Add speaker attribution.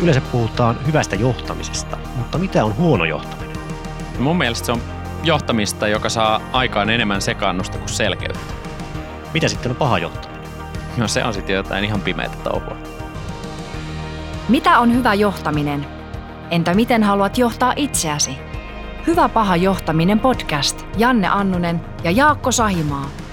Speaker 1: Yleensä puhutaan hyvästä johtamisesta, mutta mitä on huono johtaminen?
Speaker 2: Mun mielestä se on johtamista, joka saa aikaan enemmän sekaannusta kuin selkeyttä.
Speaker 1: Mitä sitten on paha johtaminen?
Speaker 2: No se on sitten jotain ihan pimeätä touhua.
Speaker 3: Mitä on hyvä johtaminen? Entä miten haluat johtaa itseäsi? Hyvä paha johtaminen podcast Janne Annunen ja Jaakko Sahimaa –